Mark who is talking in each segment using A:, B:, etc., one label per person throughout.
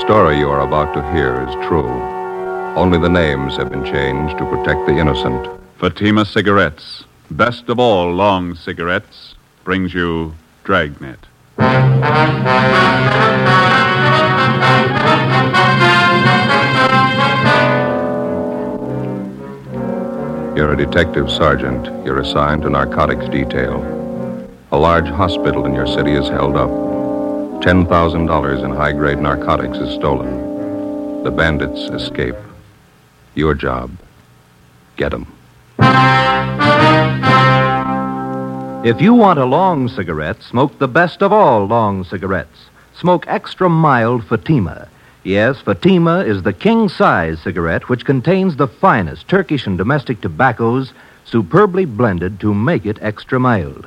A: story you are about to hear is true. Only the names have been changed to protect the innocent.
B: Fatima Cigarettes, best of all long cigarettes, brings you Dragnet.
A: You're a detective sergeant. You're assigned to narcotics detail. A large hospital in your city is held up. $10,000 in high grade narcotics is stolen. The bandits escape. Your job get 'em.
C: If you want a long cigarette, smoke the best of all long cigarettes. Smoke extra mild Fatima. Yes, Fatima is the king size cigarette which contains the finest Turkish and domestic tobaccos superbly blended to make it extra mild.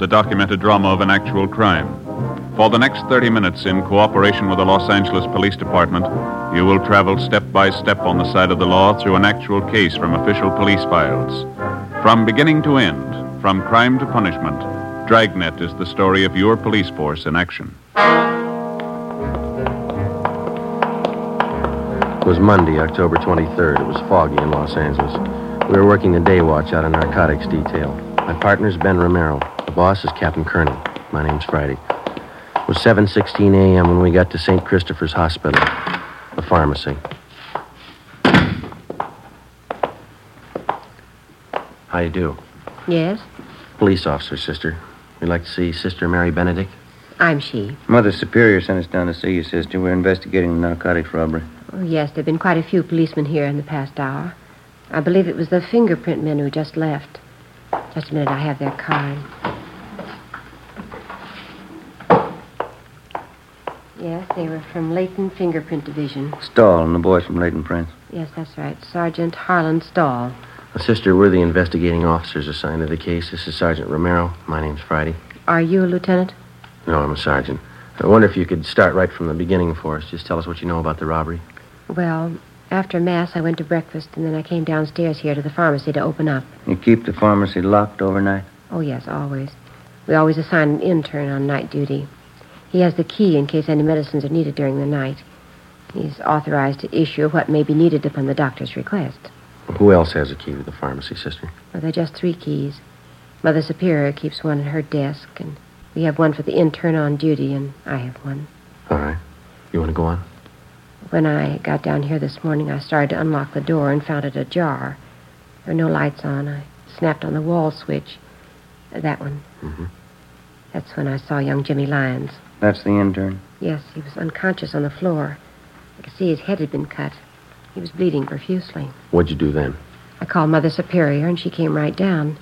B: the documented drama of an actual crime. For the next 30 minutes, in cooperation with the Los Angeles Police Department, you will travel step by step on the side of the law through an actual case from official police files. From beginning to end, from crime to punishment, Dragnet is the story of your police force in action.
D: It was Monday, October 23rd. It was foggy in Los Angeles. We were working the day watch out of narcotics detail. My partner's Ben Romero. The boss is Captain Kernan. My name's Friday. It was 7:16 a.m. when we got to St. Christopher's Hospital, the pharmacy. How you do?
E: Yes,
D: Police officer, sister. We'd like to see Sister Mary Benedict.
E: I'm she.
F: Mother Superior sent us down to see you, sister. We're investigating the narcotics robbery.
E: Oh, yes, there have been quite a few policemen here in the past hour. I believe it was the fingerprint men who just left. Just a minute, I have their card. Yes, they were from Leighton Fingerprint Division.
F: Stahl and the boys from Leighton Prince.
E: Yes, that's right. Sergeant Harlan Stahl.
D: Sister, we're the investigating officers assigned to the case. This is Sergeant Romero. My name's Friday.
E: Are you a lieutenant?
D: No, I'm a sergeant. I wonder if you could start right from the beginning for us. Just tell us what you know about the robbery.
E: Well, after Mass, I went to breakfast, and then I came downstairs here to the pharmacy to open up.
F: You keep the pharmacy locked overnight?
E: Oh, yes, always. We always assign an intern on night duty. He has the key in case any medicines are needed during the night. He's authorized to issue what may be needed upon the doctor's request.
D: Who else has a key to the pharmacy, sister?
E: Well, there are just three keys. Mother Superior keeps one in her desk, and we have one for the intern on duty, and I have one.
D: All right. You want to go on?
E: When I got down here this morning, I started to unlock the door and found it ajar. There were no lights on. I snapped on the wall switch. Uh, That one.
D: Mhm.
E: That's when I saw young Jimmy Lyons.
F: That's the intern.
E: Yes, he was unconscious on the floor. I could see his head had been cut. He was bleeding profusely.
D: What'd you do then?
E: I called Mother Superior, and she came right down.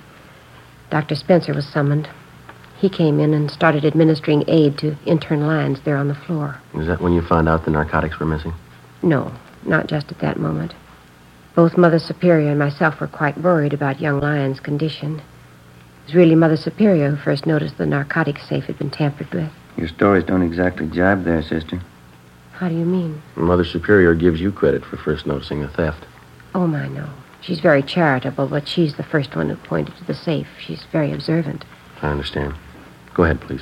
E: Dr. Spencer was summoned. He came in and started administering aid to intern Lyons there on the floor.
D: Is that when you found out the narcotics were missing?
E: No, not just at that moment. Both Mother Superior and myself were quite worried about young Lyon's condition. It was really Mother Superior who first noticed the narcotic safe had been tampered with.
F: Your stories don't exactly jibe there, sister.
E: How do you mean?
D: Mother Superior gives you credit for first noticing the theft.
E: Oh, my, no. She's very charitable, but she's the first one who pointed to the safe. She's very observant.
D: I understand. Go ahead, please.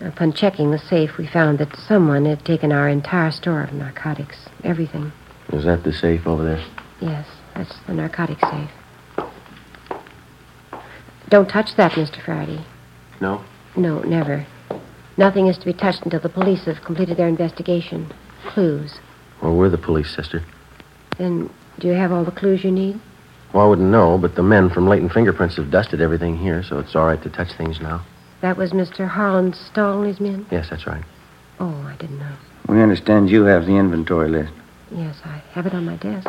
E: Upon checking the safe, we found that someone had taken our entire store of narcotics. Everything.
D: Is that the safe over there?
E: Yes, that's the narcotic safe. Don't touch that, Mr. Friday.
D: No.
E: No, never. Nothing is to be touched until the police have completed their investigation. Clues.
D: Well, we're the police, sister.
E: Then, do you have all the clues you need?
D: Well, I wouldn't know, but the men from Leighton Fingerprints have dusted everything here, so it's all right to touch things now.
E: That was Mr. Harlan Stahl and his men?
D: Yes, that's right.
E: Oh, I didn't know.
F: We understand you have the inventory list.
E: Yes, I have it on my desk.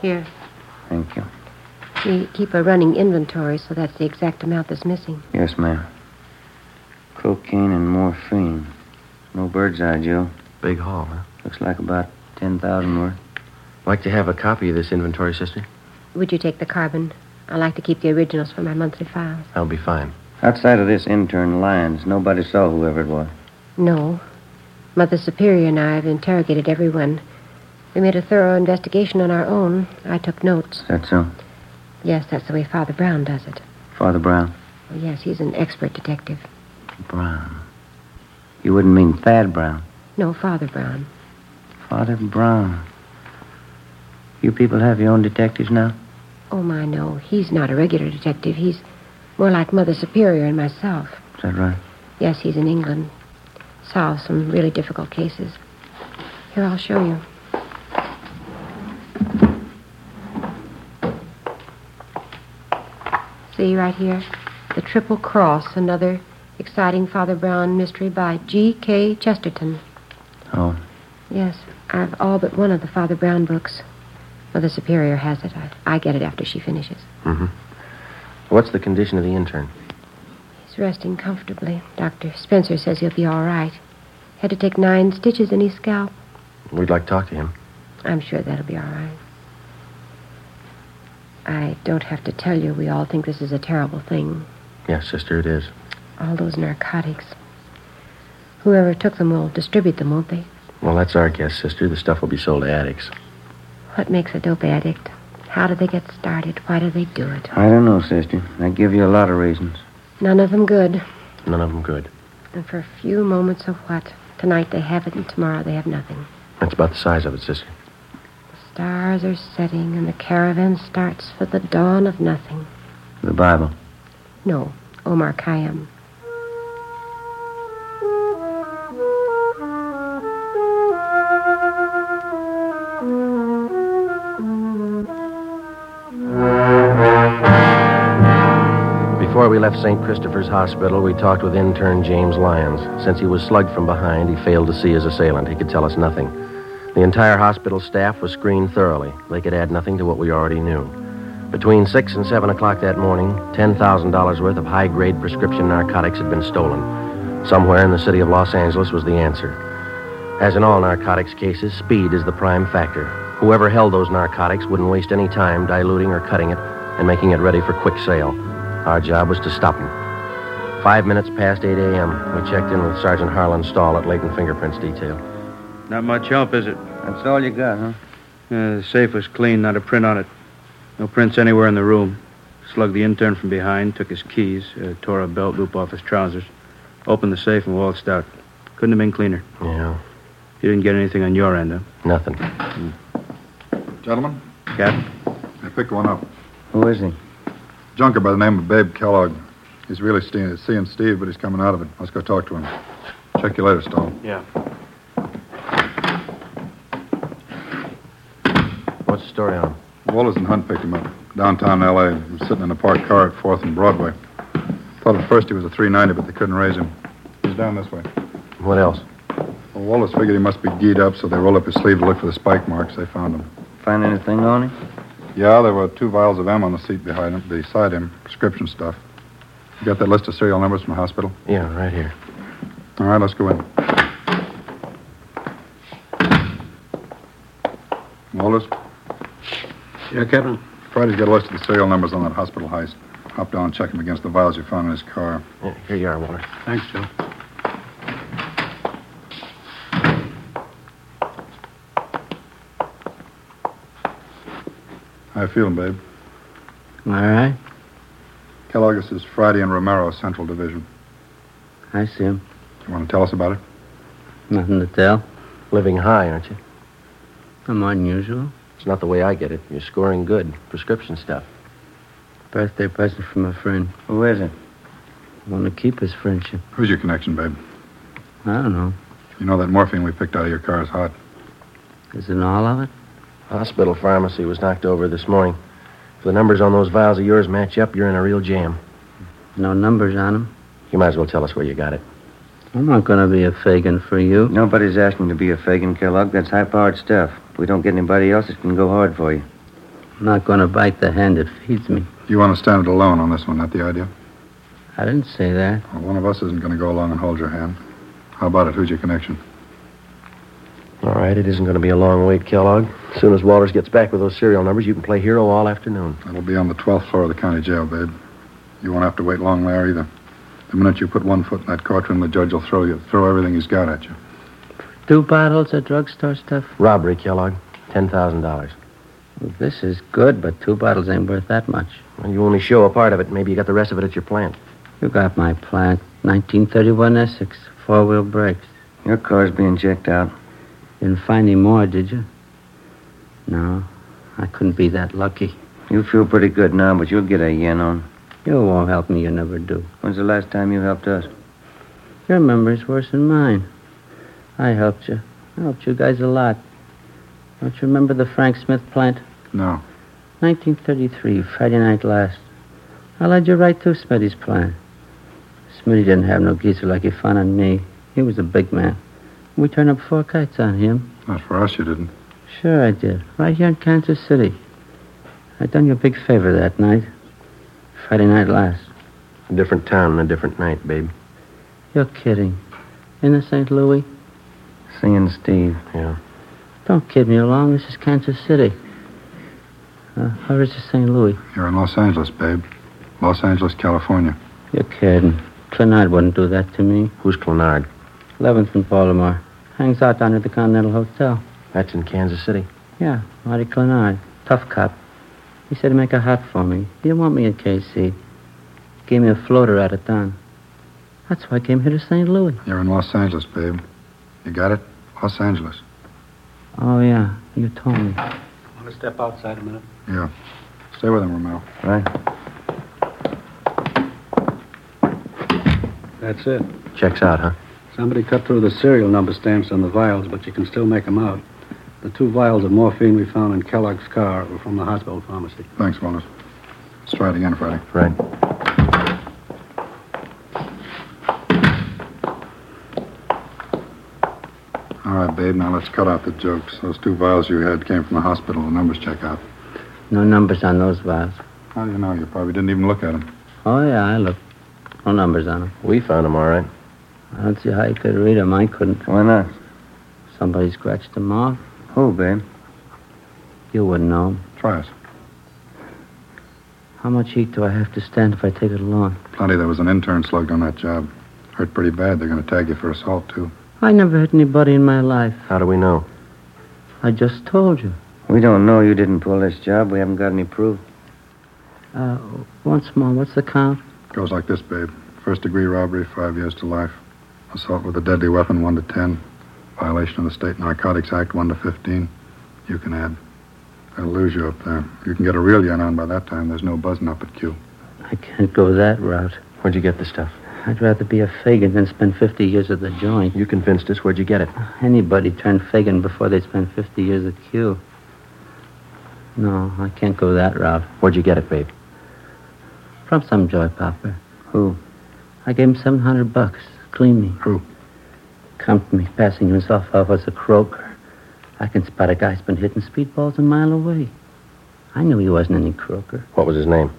E: Here.
F: Thank you.
E: We keep a running inventory, so that's the exact amount that's missing.
F: Yes, ma'am. Cocaine and morphine. No bird's eye, Joe.
D: Big haul, huh?
F: Looks like about 10,000 worth.
D: Like to have a copy of this inventory, sister?
E: Would you take the carbon? I like to keep the originals for my monthly files.
D: That'll be fine.
F: Outside of this intern, Lyons, nobody saw whoever it was.
E: No. Mother Superior and I have interrogated everyone. We made a thorough investigation on our own. I took notes.
F: Is that so?
E: Yes, that's the way Father Brown does it.
F: uh, Father Brown?
E: Oh, yes, he's an expert detective.
F: Brown. You wouldn't mean Thad Brown.
E: No, Father Brown.
F: Father Brown. You people have your own detectives now?
E: Oh, my, no. He's not a regular detective. He's more like Mother Superior and myself.
F: Is that right?
E: Yes, he's in England. Solves some really difficult cases. Here, I'll show you. See right here? The Triple Cross, another exciting Father Brown mystery by G.K. Chesterton.
F: Oh.
E: Yes, I've all but one of the Father Brown books. Mother Superior has it. I, I get it after she finishes.
D: Mm-hmm. What's the condition of the intern?
E: He's resting comfortably. Dr. Spencer says he'll be all right. Had to take nine stitches in his scalp.
D: We'd like to talk to him.
E: I'm sure that'll be all right. I don't have to tell you, we all think this is a terrible thing.
D: Yes, sister, it is.
E: All those narcotics. Whoever took them will distribute them, won't they?
D: Well, that's our guess, sister. The stuff will be sold to addicts.
E: What makes a dope addict? How do they get started? Why do they do it?
F: I don't know, sister. I give you a lot of reasons.
E: None of them good.
D: None of them good.
E: And for a few moments of what? Tonight they have it, and tomorrow they have nothing.
D: That's about the size of it, sister.
E: The stars are setting, and the caravan starts for the dawn of nothing.
F: The Bible.
E: No, Omar Khayyam.
D: Before we left St. Christopher's Hospital, we talked with intern James Lyons. Since he was slugged from behind, he failed to see his assailant. He could tell us nothing. The entire hospital staff was screened thoroughly. They could add nothing to what we already knew. Between 6 and 7 o'clock that morning, $10,000 worth of high grade prescription narcotics had been stolen. Somewhere in the city of Los Angeles was the answer. As in all narcotics cases, speed is the prime factor. Whoever held those narcotics wouldn't waste any time diluting or cutting it and making it ready for quick sale. Our job was to stop them. Five minutes past 8 a.m., we checked in with Sergeant Harlan Stahl at Leighton Fingerprints Detail.
G: Not much help, is it?
F: That's all you got, huh?
G: Uh, the safe was clean, not a print on it. No prints anywhere in the room. Slugged the intern from behind, took his keys, uh, tore a belt loop off his trousers, opened the safe and waltzed out. Couldn't have been cleaner.
D: Yeah,
G: You didn't get anything on your end, huh?
D: nothing.
F: Hmm.
H: Gentlemen,
G: Cap?
H: I picked one up.
F: Who is he?
H: Junker by the name of Babe Kellogg. He's really seeing, seeing Steve, but he's coming out of it. Let's go talk to him. Check you later, Stahl.
G: Yeah.
D: What's the story on him?
H: Wallace and Hunt picked him up. Downtown L.A. He was sitting in a parked car at 4th and Broadway. Thought at first he was a 390, but they couldn't raise him. He's down this way.
D: What else?
H: Well, Wallace figured he must be geed up, so they rolled up his sleeve to look for the spike marks. They found him.
F: Find anything on him?
H: Yeah, there were two vials of M on the seat behind him, beside him, prescription stuff. You got that list of serial numbers from the hospital?
D: Yeah, right here.
H: All right, let's go in. Wallace,
G: Yeah, Captain?
H: Friday's got a list of the serial numbers on that hospital heist. Hop down and check them against the vials you found in his car.
D: Yeah, here you are, Walter.
G: Thanks, Joe.
H: How you feeling, babe?
G: All right.
H: Kellogg, this is Friday and Romero, Central Division.
F: I see him.
H: You want to tell us about it?
F: Nothing to tell.
D: Living high, aren't you?
F: I'm unusual.
D: It's not the way I get it. You're scoring good. Prescription stuff.
F: Birthday present from a friend. Who is it? I want to keep his friendship.
H: Who's your connection, babe?
F: I don't know.
H: You know that morphine we picked out of your car is hot.
F: Is it all of it?
D: Hospital pharmacy was knocked over this morning. If the numbers on those vials of yours match up, you're in a real jam.
F: No numbers on him.
D: You might as well tell us where you got it.
F: I'm not going to be a Fagin for you. Nobody's asking to be a Fagin, Kellogg. That's high-powered stuff. If we don't get anybody else, it can go hard for you. I'm not going to bite the hand that feeds me.
H: You want to stand it alone on this one, not the idea?
F: I didn't say that.
H: Well, one of us isn't going to go along and hold your hand. How about it? Who's your connection?
D: All right, it isn't going to be a long wait, Kellogg. As soon as Walters gets back with those serial numbers, you can play hero all afternoon.
H: That'll be on the 12th floor of the county jail, babe. You won't have to wait long there either. The minute you put one foot in that courtroom, the judge will throw you, throw everything he's got at you.
F: Two bottles of drugstore stuff?
D: Robbery, Kellogg. $10,000.
F: This is good, but two bottles ain't worth that much.
D: Well, you only show a part of it. Maybe you got the rest of it at your plant.
F: You got my plant. 1931 Essex, four wheel brakes. Your car's being checked out. Didn't find any more, did you? No, I couldn't be that lucky.
I: You feel pretty good now, but you'll get a yen on.
F: You won't help me, you never do.
I: When's the last time you helped us?
F: Your memory's worse than mine. I helped you. I helped you guys a lot. Don't you remember the Frank Smith plant?
H: No.
F: 1933, Friday night last. I led you right to Smitty's plan. Smitty didn't have no geezer like he found on me. He was a big man. We turned up four kites on him.
H: Not for us, you didn't.
F: Sure I did. Right here in Kansas City. I done you a big favor that night. Friday night last.
D: A different town and a different night, babe.
F: You're kidding. In the St. Louis?
I: Seeing Steve.
D: Yeah.
F: Don't kid me along. This is Kansas City. Uh, where is this St. Louis?
H: You're in Los Angeles, babe. Los Angeles, California.
F: You're kidding. Clonard wouldn't do that to me.
D: Who's Clonard?
F: 11th and Baltimore. Hangs out down at the Continental Hotel.
D: That's in Kansas City.
F: Yeah, Marty Clonard. Tough cop. He said to make a hot for me. He didn't want me in KC. Gave me a floater out of town. That's why I came here to St. Louis.
H: You're in Los Angeles, babe. You got it? Los Angeles.
F: Oh, yeah. You told me.
J: Want to step outside a minute?
H: Yeah. Stay with him, Romero.
D: Right.
J: That's it.
D: Checks out, huh?
J: Somebody cut through the serial number stamps on the vials, but you can still make them out. The two vials of morphine we found in Kellogg's car were from the hospital pharmacy.
H: Thanks, Wallace. Let's try it again, Friday.
D: Right.
H: All right, babe. Now let's cut out the jokes. Those two vials you had came from the hospital. The numbers check out.
F: No numbers on those vials.
H: How do you know? You probably didn't even look at them.
F: Oh, yeah, I looked. No numbers on them.
D: We found them all right.
F: I don't see how you could read them. I couldn't.
I: Why not?
F: Somebody scratched them off.
I: Who, babe?
F: You wouldn't know.
H: Try us.
F: How much heat do I have to stand if I take it alone?
H: Plenty. There was an intern slugged on that job. Hurt pretty bad. They're going to tag you for assault, too.
F: I never hit anybody in my life.
D: How do we know?
F: I just told you.
I: We don't know you didn't pull this job. We haven't got any proof.
F: Uh, once more, what's the count?
H: Goes like this, babe. First degree robbery, five years to life. Assault with a deadly weapon, one to ten. Violation of the State Narcotics Act, one to fifteen. You can add. They'll lose you up there. You can get a real yen on by that time. There's no buzzing up at Q.
F: I can't go that route.
D: Where'd you get the stuff?
F: I'd rather be a Fagin than spend 50 years at the joint.
D: You convinced us. Where'd you get it?
F: Anybody turned Fagin before they spend 50 years at Q. No, I can't go that route.
D: Where'd you get it, babe?
F: From some joy popper.
D: Who?
F: I gave him 700 bucks. Clean me.
H: Who?
F: Come to me, passing himself off as a croaker. I can spot a guy's been hitting speedballs a mile away. I knew he wasn't any croaker.
D: What was his name?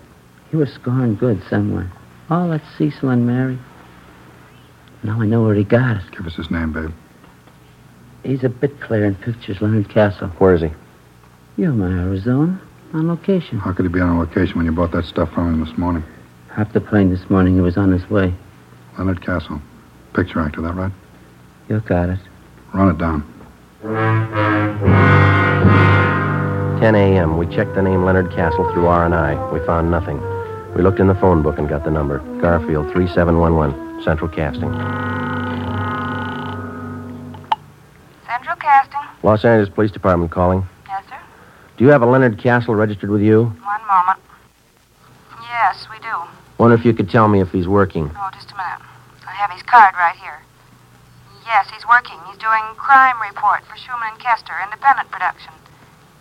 F: He was scoring good somewhere. Oh, that's Cecil and Mary. Now I know where he got it.
H: Give us his name, babe.
F: He's a bit player in pictures, Leonard Castle.
D: Where is he?
F: Yuma, Arizona, on location.
H: How could he be on location when you bought that stuff from him this morning?
F: Hopped the plane this morning. He was on his way.
H: Leonard Castle. Picture actor, that right?
F: You got it.
H: Run it down.
D: 10 a.m. We checked the name Leonard Castle through R&I. We found nothing. We looked in the phone book and got the number. Garfield 3711, Central Casting.
K: Central Casting.
D: Los Angeles Police Department calling.
K: Yes, sir.
D: Do you have a Leonard Castle registered with you?
K: One moment. Yes, we do.
D: Wonder if you could tell me if he's working.
K: Oh, just a minute. I have his card right here. Yes, he's working. He's doing crime report for Schumann and Kester, independent production.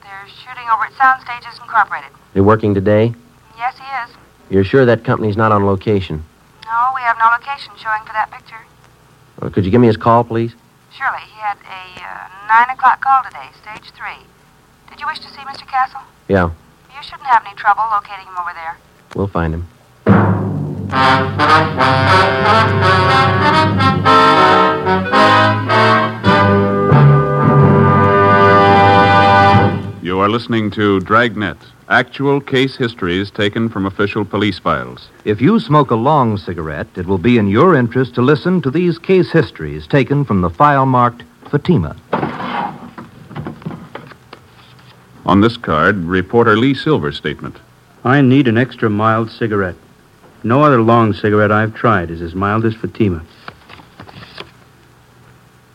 K: They're shooting over at Sound Stages Incorporated.
D: They're working today?
K: Yes, he is.
D: You're sure that company's not on location?
K: No, we have no location showing for that picture.
D: Uh, could you give me his call, please?
K: Surely he had a uh, nine o'clock call today, stage three. Did you wish to see Mr. Castle?
D: Yeah,
K: You shouldn't have any trouble locating him over there.
D: we'll find him.
K: Thank you.
B: You are listening to Dragnet, actual case histories taken from official police files.
C: If you smoke a long cigarette, it will be in your interest to listen to these case histories taken from the file marked Fatima.
B: On this card, reporter Lee Silver's statement.
G: I need an extra mild cigarette. No other long cigarette I've tried is as mild as Fatima.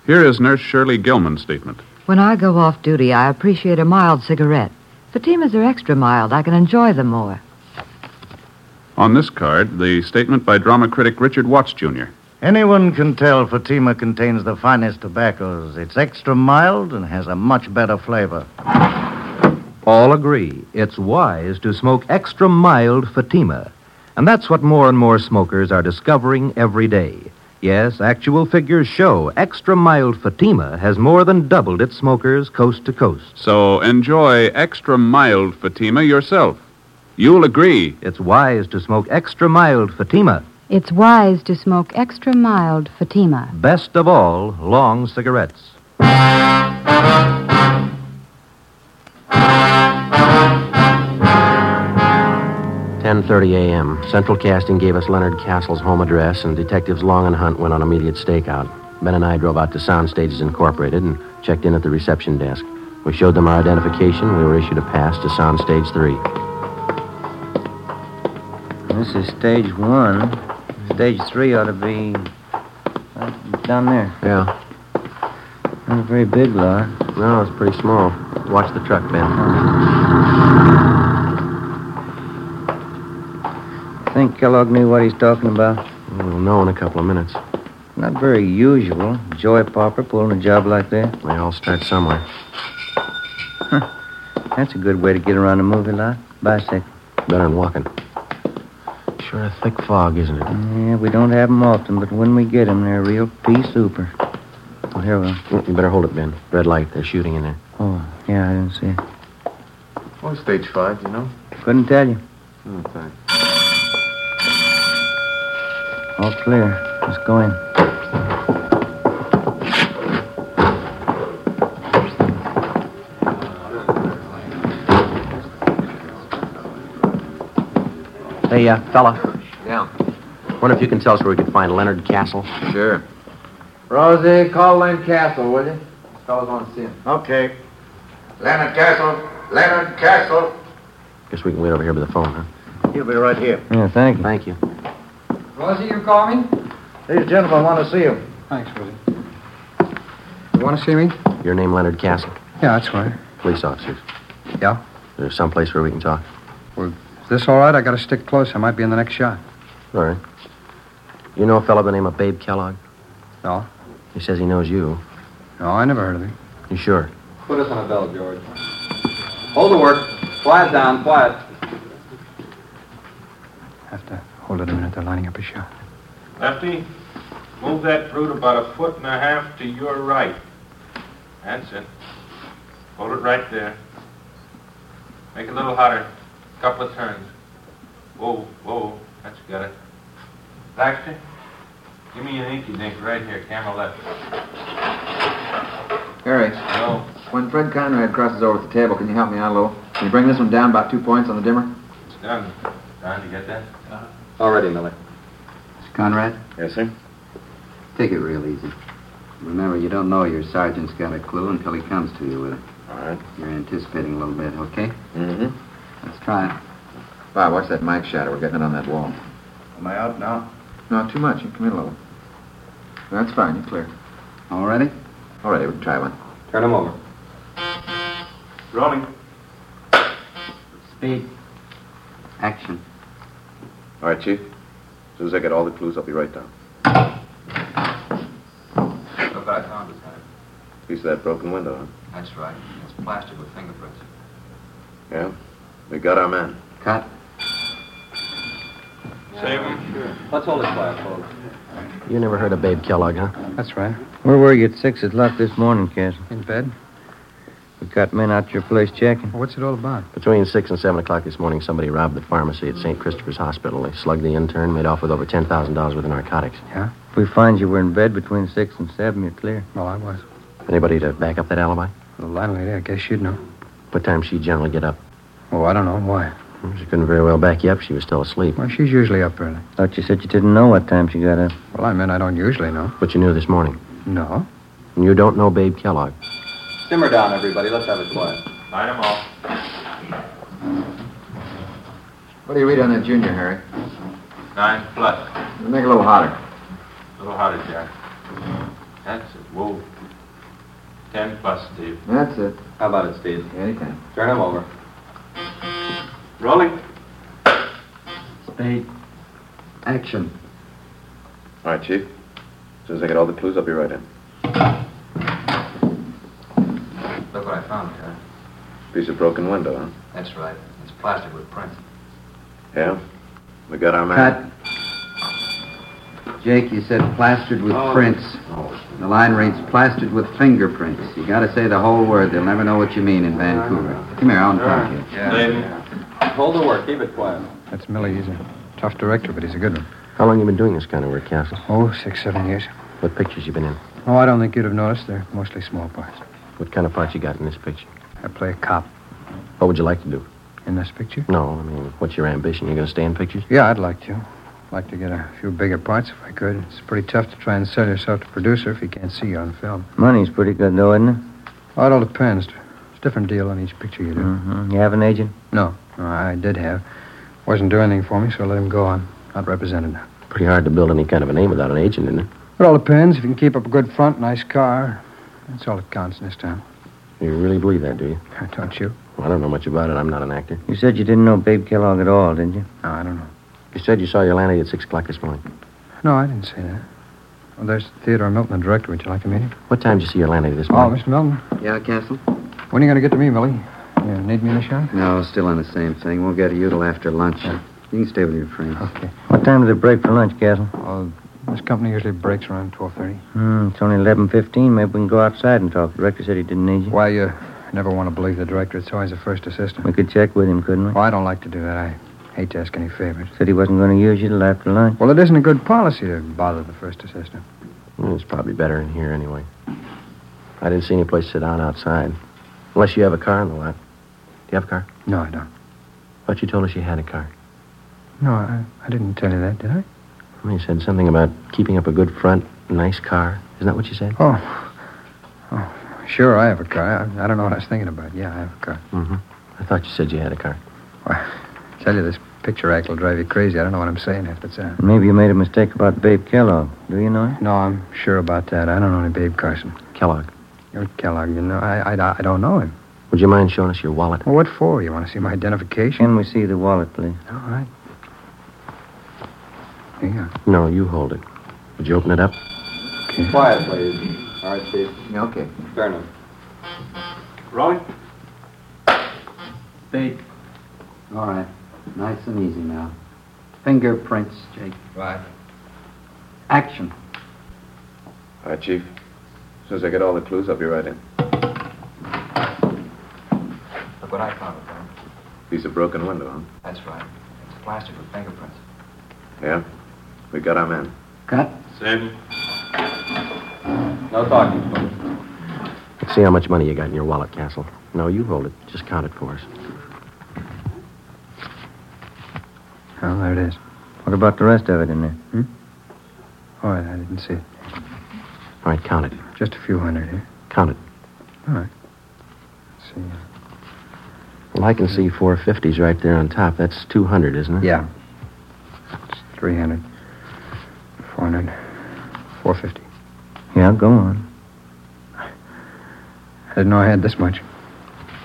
B: Here is Nurse Shirley Gilman's statement.
L: When I go off duty, I appreciate a mild cigarette. Fatimas are extra mild. I can enjoy them more.
B: On this card, the statement by drama critic Richard Watts, Jr.
M: Anyone can tell Fatima contains the finest tobaccos. It's extra mild and has a much better flavor.
C: All agree it's wise to smoke extra mild Fatima. And that's what more and more smokers are discovering every day. Yes, actual figures show extra mild Fatima has more than doubled its smokers coast to coast.
B: So enjoy extra mild Fatima yourself. You'll agree.
C: It's wise to smoke extra mild Fatima.
N: It's wise to smoke extra mild Fatima.
C: Best of all, long cigarettes.
D: Ten thirty a.m. Central Casting gave us Leonard Castle's home address, and detectives Long and Hunt went on immediate stakeout. Ben and I drove out to Sound Stages Incorporated and checked in at the reception desk. We showed them our identification. We were issued a pass to Sound Stage Three.
I: This is stage one. Stage three ought to be uh, down there.
D: Yeah.
I: Not a very big lot.
D: No, it's pretty small. Watch the truck, Ben.
I: Think Kellogg knew what he's talking about?
D: We'll know in a couple of minutes.
I: Not very usual. Joy Popper pulling a job like that.
D: They all start somewhere.
I: Huh. That's a good way to get around the movie lot. Bicycle.
D: Better than walking. Sure a thick fog, isn't it?
I: Yeah, we don't have 'em often, but when we get 'em, they're real pea super. Oh, here we are.
D: Mm, You better hold it, Ben. Red light. They're shooting in there.
I: Oh, yeah, I didn't see it.
O: Well, stage five, you know?
I: Couldn't tell you.
O: Oh, thanks.
I: All clear. Let's go in.
D: Hey, uh, fella.
O: Yeah.
D: Wonder if you can tell us where we could find Leonard Castle?
O: Sure. Rosie, call Leonard Castle, will you? Fellas want to see him. Okay. Leonard Castle. Leonard Castle.
D: Guess we can wait over here by the phone, huh?
O: He'll be right here.
I: Yeah, thank you.
D: Thank you.
O: Rosie, you call me?
M: These gentlemen want to see you.
J: Thanks, Willie.
O: You want to see me?
D: Your name, Leonard Castle?
J: Yeah, that's right.
D: Police officers.
J: Yeah?
D: There's someplace where we can talk.
J: Is this all right? I got to stick close. I might be in the next shot.
D: All right. You know a fellow by the name of Babe Kellogg?
J: No.
D: He says he knows you.
J: No, I never heard of him.
D: You sure?
O: Put us on a bell, George. Hold the work. Quiet down, quiet.
J: Have to hold it a minute. They're lining up a shot.
P: Lefty, move that brute about a foot and a half to your right. That's it. Hold it right there. Make it a little hotter. Couple of turns. Whoa, whoa, that's got it. Baxter, give me an inky dink right here, camera left.
O: Harry.
P: No.
O: When Fred Conrad crosses over at the table, can you help me out a little? Can you bring this one down about two points on the dimmer?
P: It's done. Don, you get that? Uh-huh.
O: Already, Miller.
Q: Conrad,
O: Yes, sir.
Q: take it real easy. Remember, you don't know your sergeant's got a clue until he comes to you with it.
O: All right.
Q: You're anticipating a little bit, okay?
O: Mm-hmm.
Q: Let's try it.
O: Bob, watch that mic shadow. We're getting it on that wall.
Q: Am I out now?
O: No, too much. You come in a little. That's fine. You're clear.
Q: All ready?
O: All right, we can try one.
Q: Turn him over.
P: Rolling.
Q: Speed. Action.
O: All right, Chief. As soon as I get all the clues, I'll be right down.
Q: About sound design.
O: Piece of that broken window, huh?
Q: That's right. It's plastic with fingerprints.
O: Yeah. We got our man.
Q: Cut.
P: Save him. Sure. Let's hold it quiet, folks.
D: You never heard of Babe Kellogg, huh?
J: That's right.
I: Where were you at six o'clock this morning, Castle?
J: In bed.
I: We got men out your place checking.
J: What's it all about?
D: Between 6 and 7 o'clock this morning, somebody robbed the pharmacy at St. Christopher's Hospital. They slugged the intern, made off with over $10,000 worth of narcotics.
J: Yeah?
I: If we find you were in bed between six and seven, you're clear.
D: Well, I was. Anybody to back up that alibi?
I: The
D: landlady, I guess she'd know. What time she generally get up? Oh, I don't know. Why? She couldn't very well back you up. She was still asleep. Well, she's usually up early.
I: Thought you said you didn't know what time she got up.
D: Well, I mean, I don't usually know. But you knew this morning. No. And you don't know Babe Kellogg.
O: Simmer down, everybody. Let's have it quiet.
P: Light 'em off.
O: What do you read on that junior, Harry?
P: Nine plus.
O: Make it a little hotter.
P: A little harder, Jack. That's it. Whoa. Ten plus, Steve.
O: That's it. How about it, Steve? Anytime. Turn him over.
P: Rolling.
O: Spade. Action.
R: All right, Chief. As soon as I get all the clues, I'll be right in.
O: Look what I found, Harry.
R: Piece of broken window, huh?
O: That's right. It's plastic with prints.
R: Yeah? We got our man.
O: Cut. Jake, you said plastered with
R: Oh.
O: prints. The line reads plastered with fingerprints. You gotta say the whole word. They'll never know what you mean in Vancouver. Come here, I'll count you.
S: Hold the work. Keep it quiet.
D: That's Millie. He's a tough director, but he's a good one. How long you been doing this kind of work, Castle? Oh, six, seven years. What pictures you been in?
Q: Oh, I don't think you'd have noticed. They're mostly small parts.
D: What kind of part you got in this picture?
Q: I play a cop
D: What would you like to do?
Q: in this picture.
D: No, I mean, what's your ambition? You're going to stay in pictures?
Q: Yeah, I'd like to. Like to get a few bigger parts if I could. It's pretty tough to try and sell yourself to a producer if he can't see you on film.
I: Money's pretty good, though, isn't it?
Q: Oh, it all depends. It's a different deal on each picture you do.
I: Mm-hmm. You have an agent?
Q: No, no, I did have. Wasn't doing anything for me, so I let him go. I'm not represented now.
D: Pretty hard to build any kind of a name without an agent, isn't it?
Q: It all depends. If you can keep up a good front, nice car, that's all that counts in this town.
D: You really believe that, do you?
Q: Don't you?
D: Well, I don't know much about it. I'm not an actor.
I: You said you didn't know Babe Kellogg at all, didn't you?
Q: No, I don't know.
D: You said you saw your landlady at 6 o'clock this morning.
Q: No, I didn't say that. Well, there's Theodore Milton, the director. Would you like to meet him?
D: What time did you see your landlady this
Q: Oh,
D: morning?
Q: Mr. Milton.
O: Yeah, Castle?
Q: When are you going to get to me, Millie? You need me in the shower?
O: No, still on the same thing. We'll get to you till after lunch. You can stay with your friends.
Q: Okay.
I: What time did it break for lunch, Castle?
Q: Oh, this company usually breaks around 12.30.
I: Hmm, it's only 11.15. Maybe we can go outside and talk. The director said he didn't need you.
Q: Why, you never want to believe the director. It's always the first assistant.
I: We could check with him, couldn't we?
Q: Well, I don't like to do that. I hate to ask any favors.
I: Said he wasn't going to use you till after lunch.
Q: Well, it isn't a good policy to bother the first assistant.
D: Well, it's probably better in here anyway. I didn't see any place to sit down outside. Unless you have a car in the lot. Do you have a car?
Q: No, I don't.
D: But you told us you had a car.
Q: No, I, I didn't tell you that, did I?
D: Well, you said something about keeping up a good front, nice car. Isn't that what you said?
Q: Oh. Oh, sure, I have a car. I, I don't know what I was thinking about. Yeah, I have a car.
D: Mm-hmm. I thought you said you had a car.
Q: Tell you, this picture act will drive you crazy. I don't know what I'm saying half the time.
I: Maybe you made a mistake about Babe Kellogg. Do you know him?
Q: No, I'm sure about that. I don't know any Babe Carson.
D: Kellogg.
Q: You're Kellogg, you know. I, I, I don't know him.
D: Would you mind showing us your wallet?
Q: Well, what for? You want to see my identification?
I: Can we see the wallet, please?
Q: All right. Here you go.
D: No, you hold it. Would you open it up?
O: Quiet, please. All right, Steve. Yeah, okay. Fair enough.
P: Rolling.
O: Big. All right. Nice and easy now. Fingerprints, Jake. Right. Action.
R: All right, Chief. As soon as I get all the clues, I'll be right in.
O: Look what I found, Frank.
R: Piece of broken window,
O: That's right. It's plastic with fingerprints.
R: huh? Yeah? We got our man.
O: Cut.
P: Save
O: No talking, please.
D: Let's see how much money you got in your wallet, Castle. No, you hold it. Just count it for us.
Q: Oh, there it is.
I: What about the rest of it in there?
Q: Hmm? All right, I didn't see it.
D: All right, count it.
Q: Just a few hundred here.
D: Count it.
Q: All right. Let's see.
D: Well, I can see four fifties right there on top. That's two hundred, isn't it?
Q: Yeah. It's 300, 400, 450.
I: Yeah, go on.
Q: I didn't know I had this much.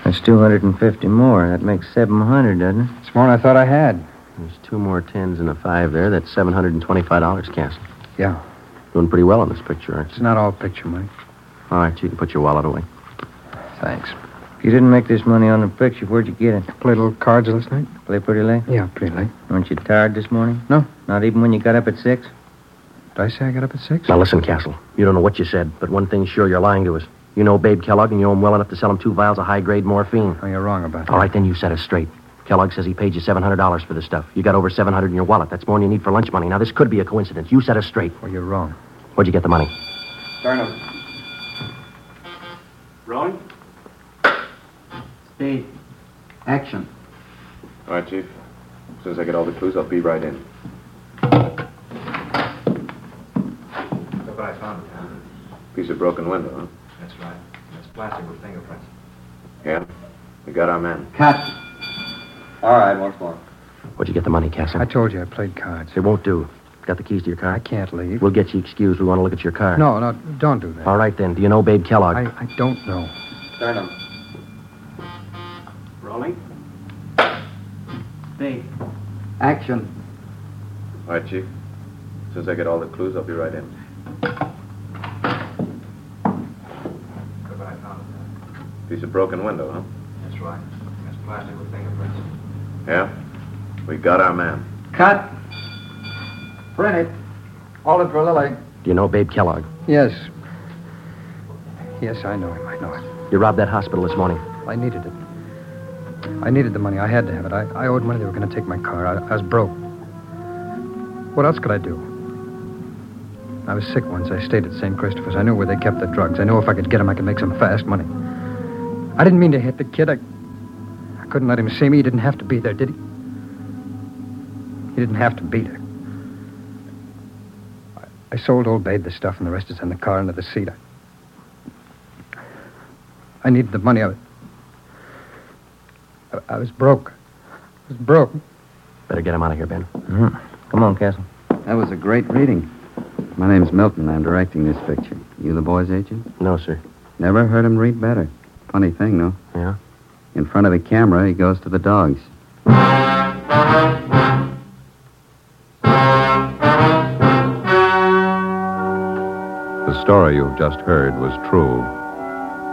I: That's 250 more. That makes 700, doesn't it?
Q: It's more than I thought I had.
D: There's two more tens and a five there. That's seven hundred and twenty-five dollars, Castle.
Q: Yeah.
D: Doing pretty well on this picture, aren't you?
Q: It's not all picture money.
D: All right, you can put your wallet away.
Q: Thanks.
I: You didn't make this money on the picture. Where'd you get it?
Q: Play little cards last night?
I: Play pretty late?
Q: Yeah, pretty late.
I: Weren't you tired this morning?
Q: No.
I: Not even when you got up at six?
Q: Did I say I got up at 6?
D: Now listen, Castle. You don't know what you said, but one thing's sure, you're lying to us. You know Babe Kellogg, and you owe him well enough to sell him two vials of high-grade morphine.
Q: Oh, you're wrong about that.
D: All right, then you set us straight. Kellogg says he paid you $700 for this stuff. You got over 700 in your wallet. That's more than you need for lunch money. Now, this could be a coincidence. You set us straight. Or you're wrong. Where'd you get the money?
Q: Turner.
J: Rolling?
Q: Steve. Action.
R: All right, Chief. As soon as I get all the clues, I'll be right in.
O: Look what I found, Tom.
R: Piece of broken window, huh?
O: That's right. It's plastic with fingerprints.
R: Yeah? We got our man.
Q: Cut. All right, once more.
D: Where'd you get the money, Castle? I
Q: told you I played cards.
D: It won't do. Got the keys to your car? I
Q: can't leave.
D: We'll get you excused. We want to look at your car.
Q: No, no, don't do that.
D: All right, then. Do you know Babe Kellogg?
Q: I, I don't know.
O: Turn him.
J: Rolling?
Q: Steve. Action.
R: All right, Chief. As soon as I get all the clues, I'll be right in.
O: Look what I found, Tom.
R: Piece of broken window, huh?
O: That's right. It's plastic with fingerprints.
R: Yeah? We got our man.
Q: Cut. Print it. Hold it for Lily.
D: Do you know Babe Kellogg?
Q: Yes. Yes, I know him. I know it.
D: You robbed that hospital this morning.
Q: I needed it. I needed the money. I had to have it. I, I owed money. They were going to take my car. I, I was broke. What else could I do? I was sick once. I stayed at St. Christopher's. I knew where they kept the drugs. I knew if I could get them, I could make some fast money. I didn't mean to hit the kid. I, I couldn't let him see me. He didn't have to be there, did he? He didn't have to be there. I, I sold old Babe the stuff, and the rest is in the car under the seat. I, I needed the money. I, I, I was broke. I was broke.
D: Better get him out of here, Ben.
I: Mhm.
D: Come on, Castle.
I: That was a great reading. My name's Milton. I'm directing this picture. You the boy's agent?
D: No, sir.
I: Never heard him read better. Funny thing, no?
D: Yeah?
I: In front of a camera, he goes to the dogs.
A: The story you've just heard was true.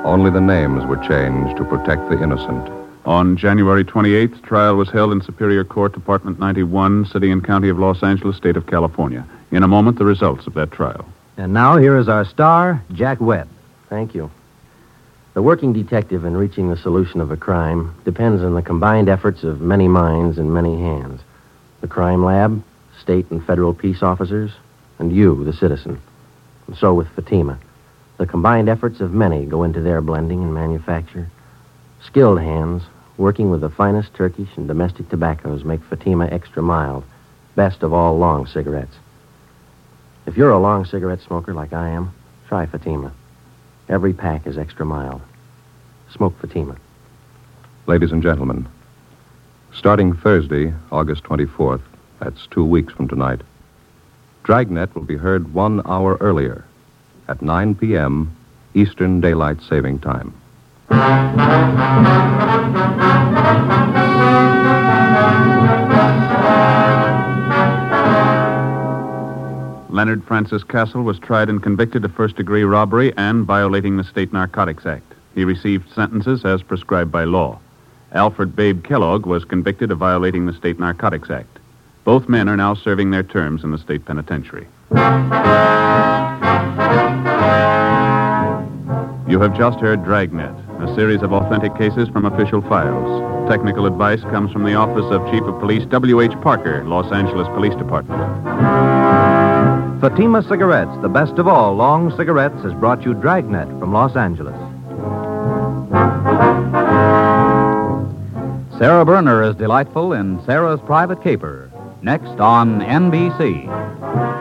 A: Only the names were changed to protect the innocent.
B: On January 28th, trial was held in Superior Court, Department 91, City and County of Los Angeles, State of California. In a moment, the results of that trial.
C: And now here is our star, Jack Webb.
D: Thank you. The working detective in reaching the solution of a crime depends on the combined efforts of many minds and many hands the crime lab, state and federal peace officers, and you, the citizen. And so with Fatima. The combined efforts of many go into their blending and manufacture. Skilled hands, working with the finest Turkish and domestic tobaccos, make Fatima extra mild, best of all long cigarettes. If you're a long cigarette smoker like I am, try Fatima. Every pack is extra mild. Smoke Fatima.
A: Ladies and gentlemen, starting Thursday, August 24th, that's two weeks from tonight, Dragnet will be heard one hour earlier at 9 p.m. Eastern Daylight Saving Time.
B: Leonard Francis Castle was tried and convicted of first degree robbery and violating the State Narcotics Act. He received sentences as prescribed by law. Alfred Babe Kellogg was convicted of violating the State Narcotics Act. Both men are now serving their terms in the state penitentiary. You have just heard Dragnet, a series of authentic cases from official files. Technical advice comes from the office of Chief of Police W.H. Parker, Los Angeles Police Department.
C: Fatima Cigarettes, the best of all long cigarettes, has brought you Dragnet from Los Angeles.
T: Sarah Berner is delightful in Sarah's Private Caper. Next on NBC.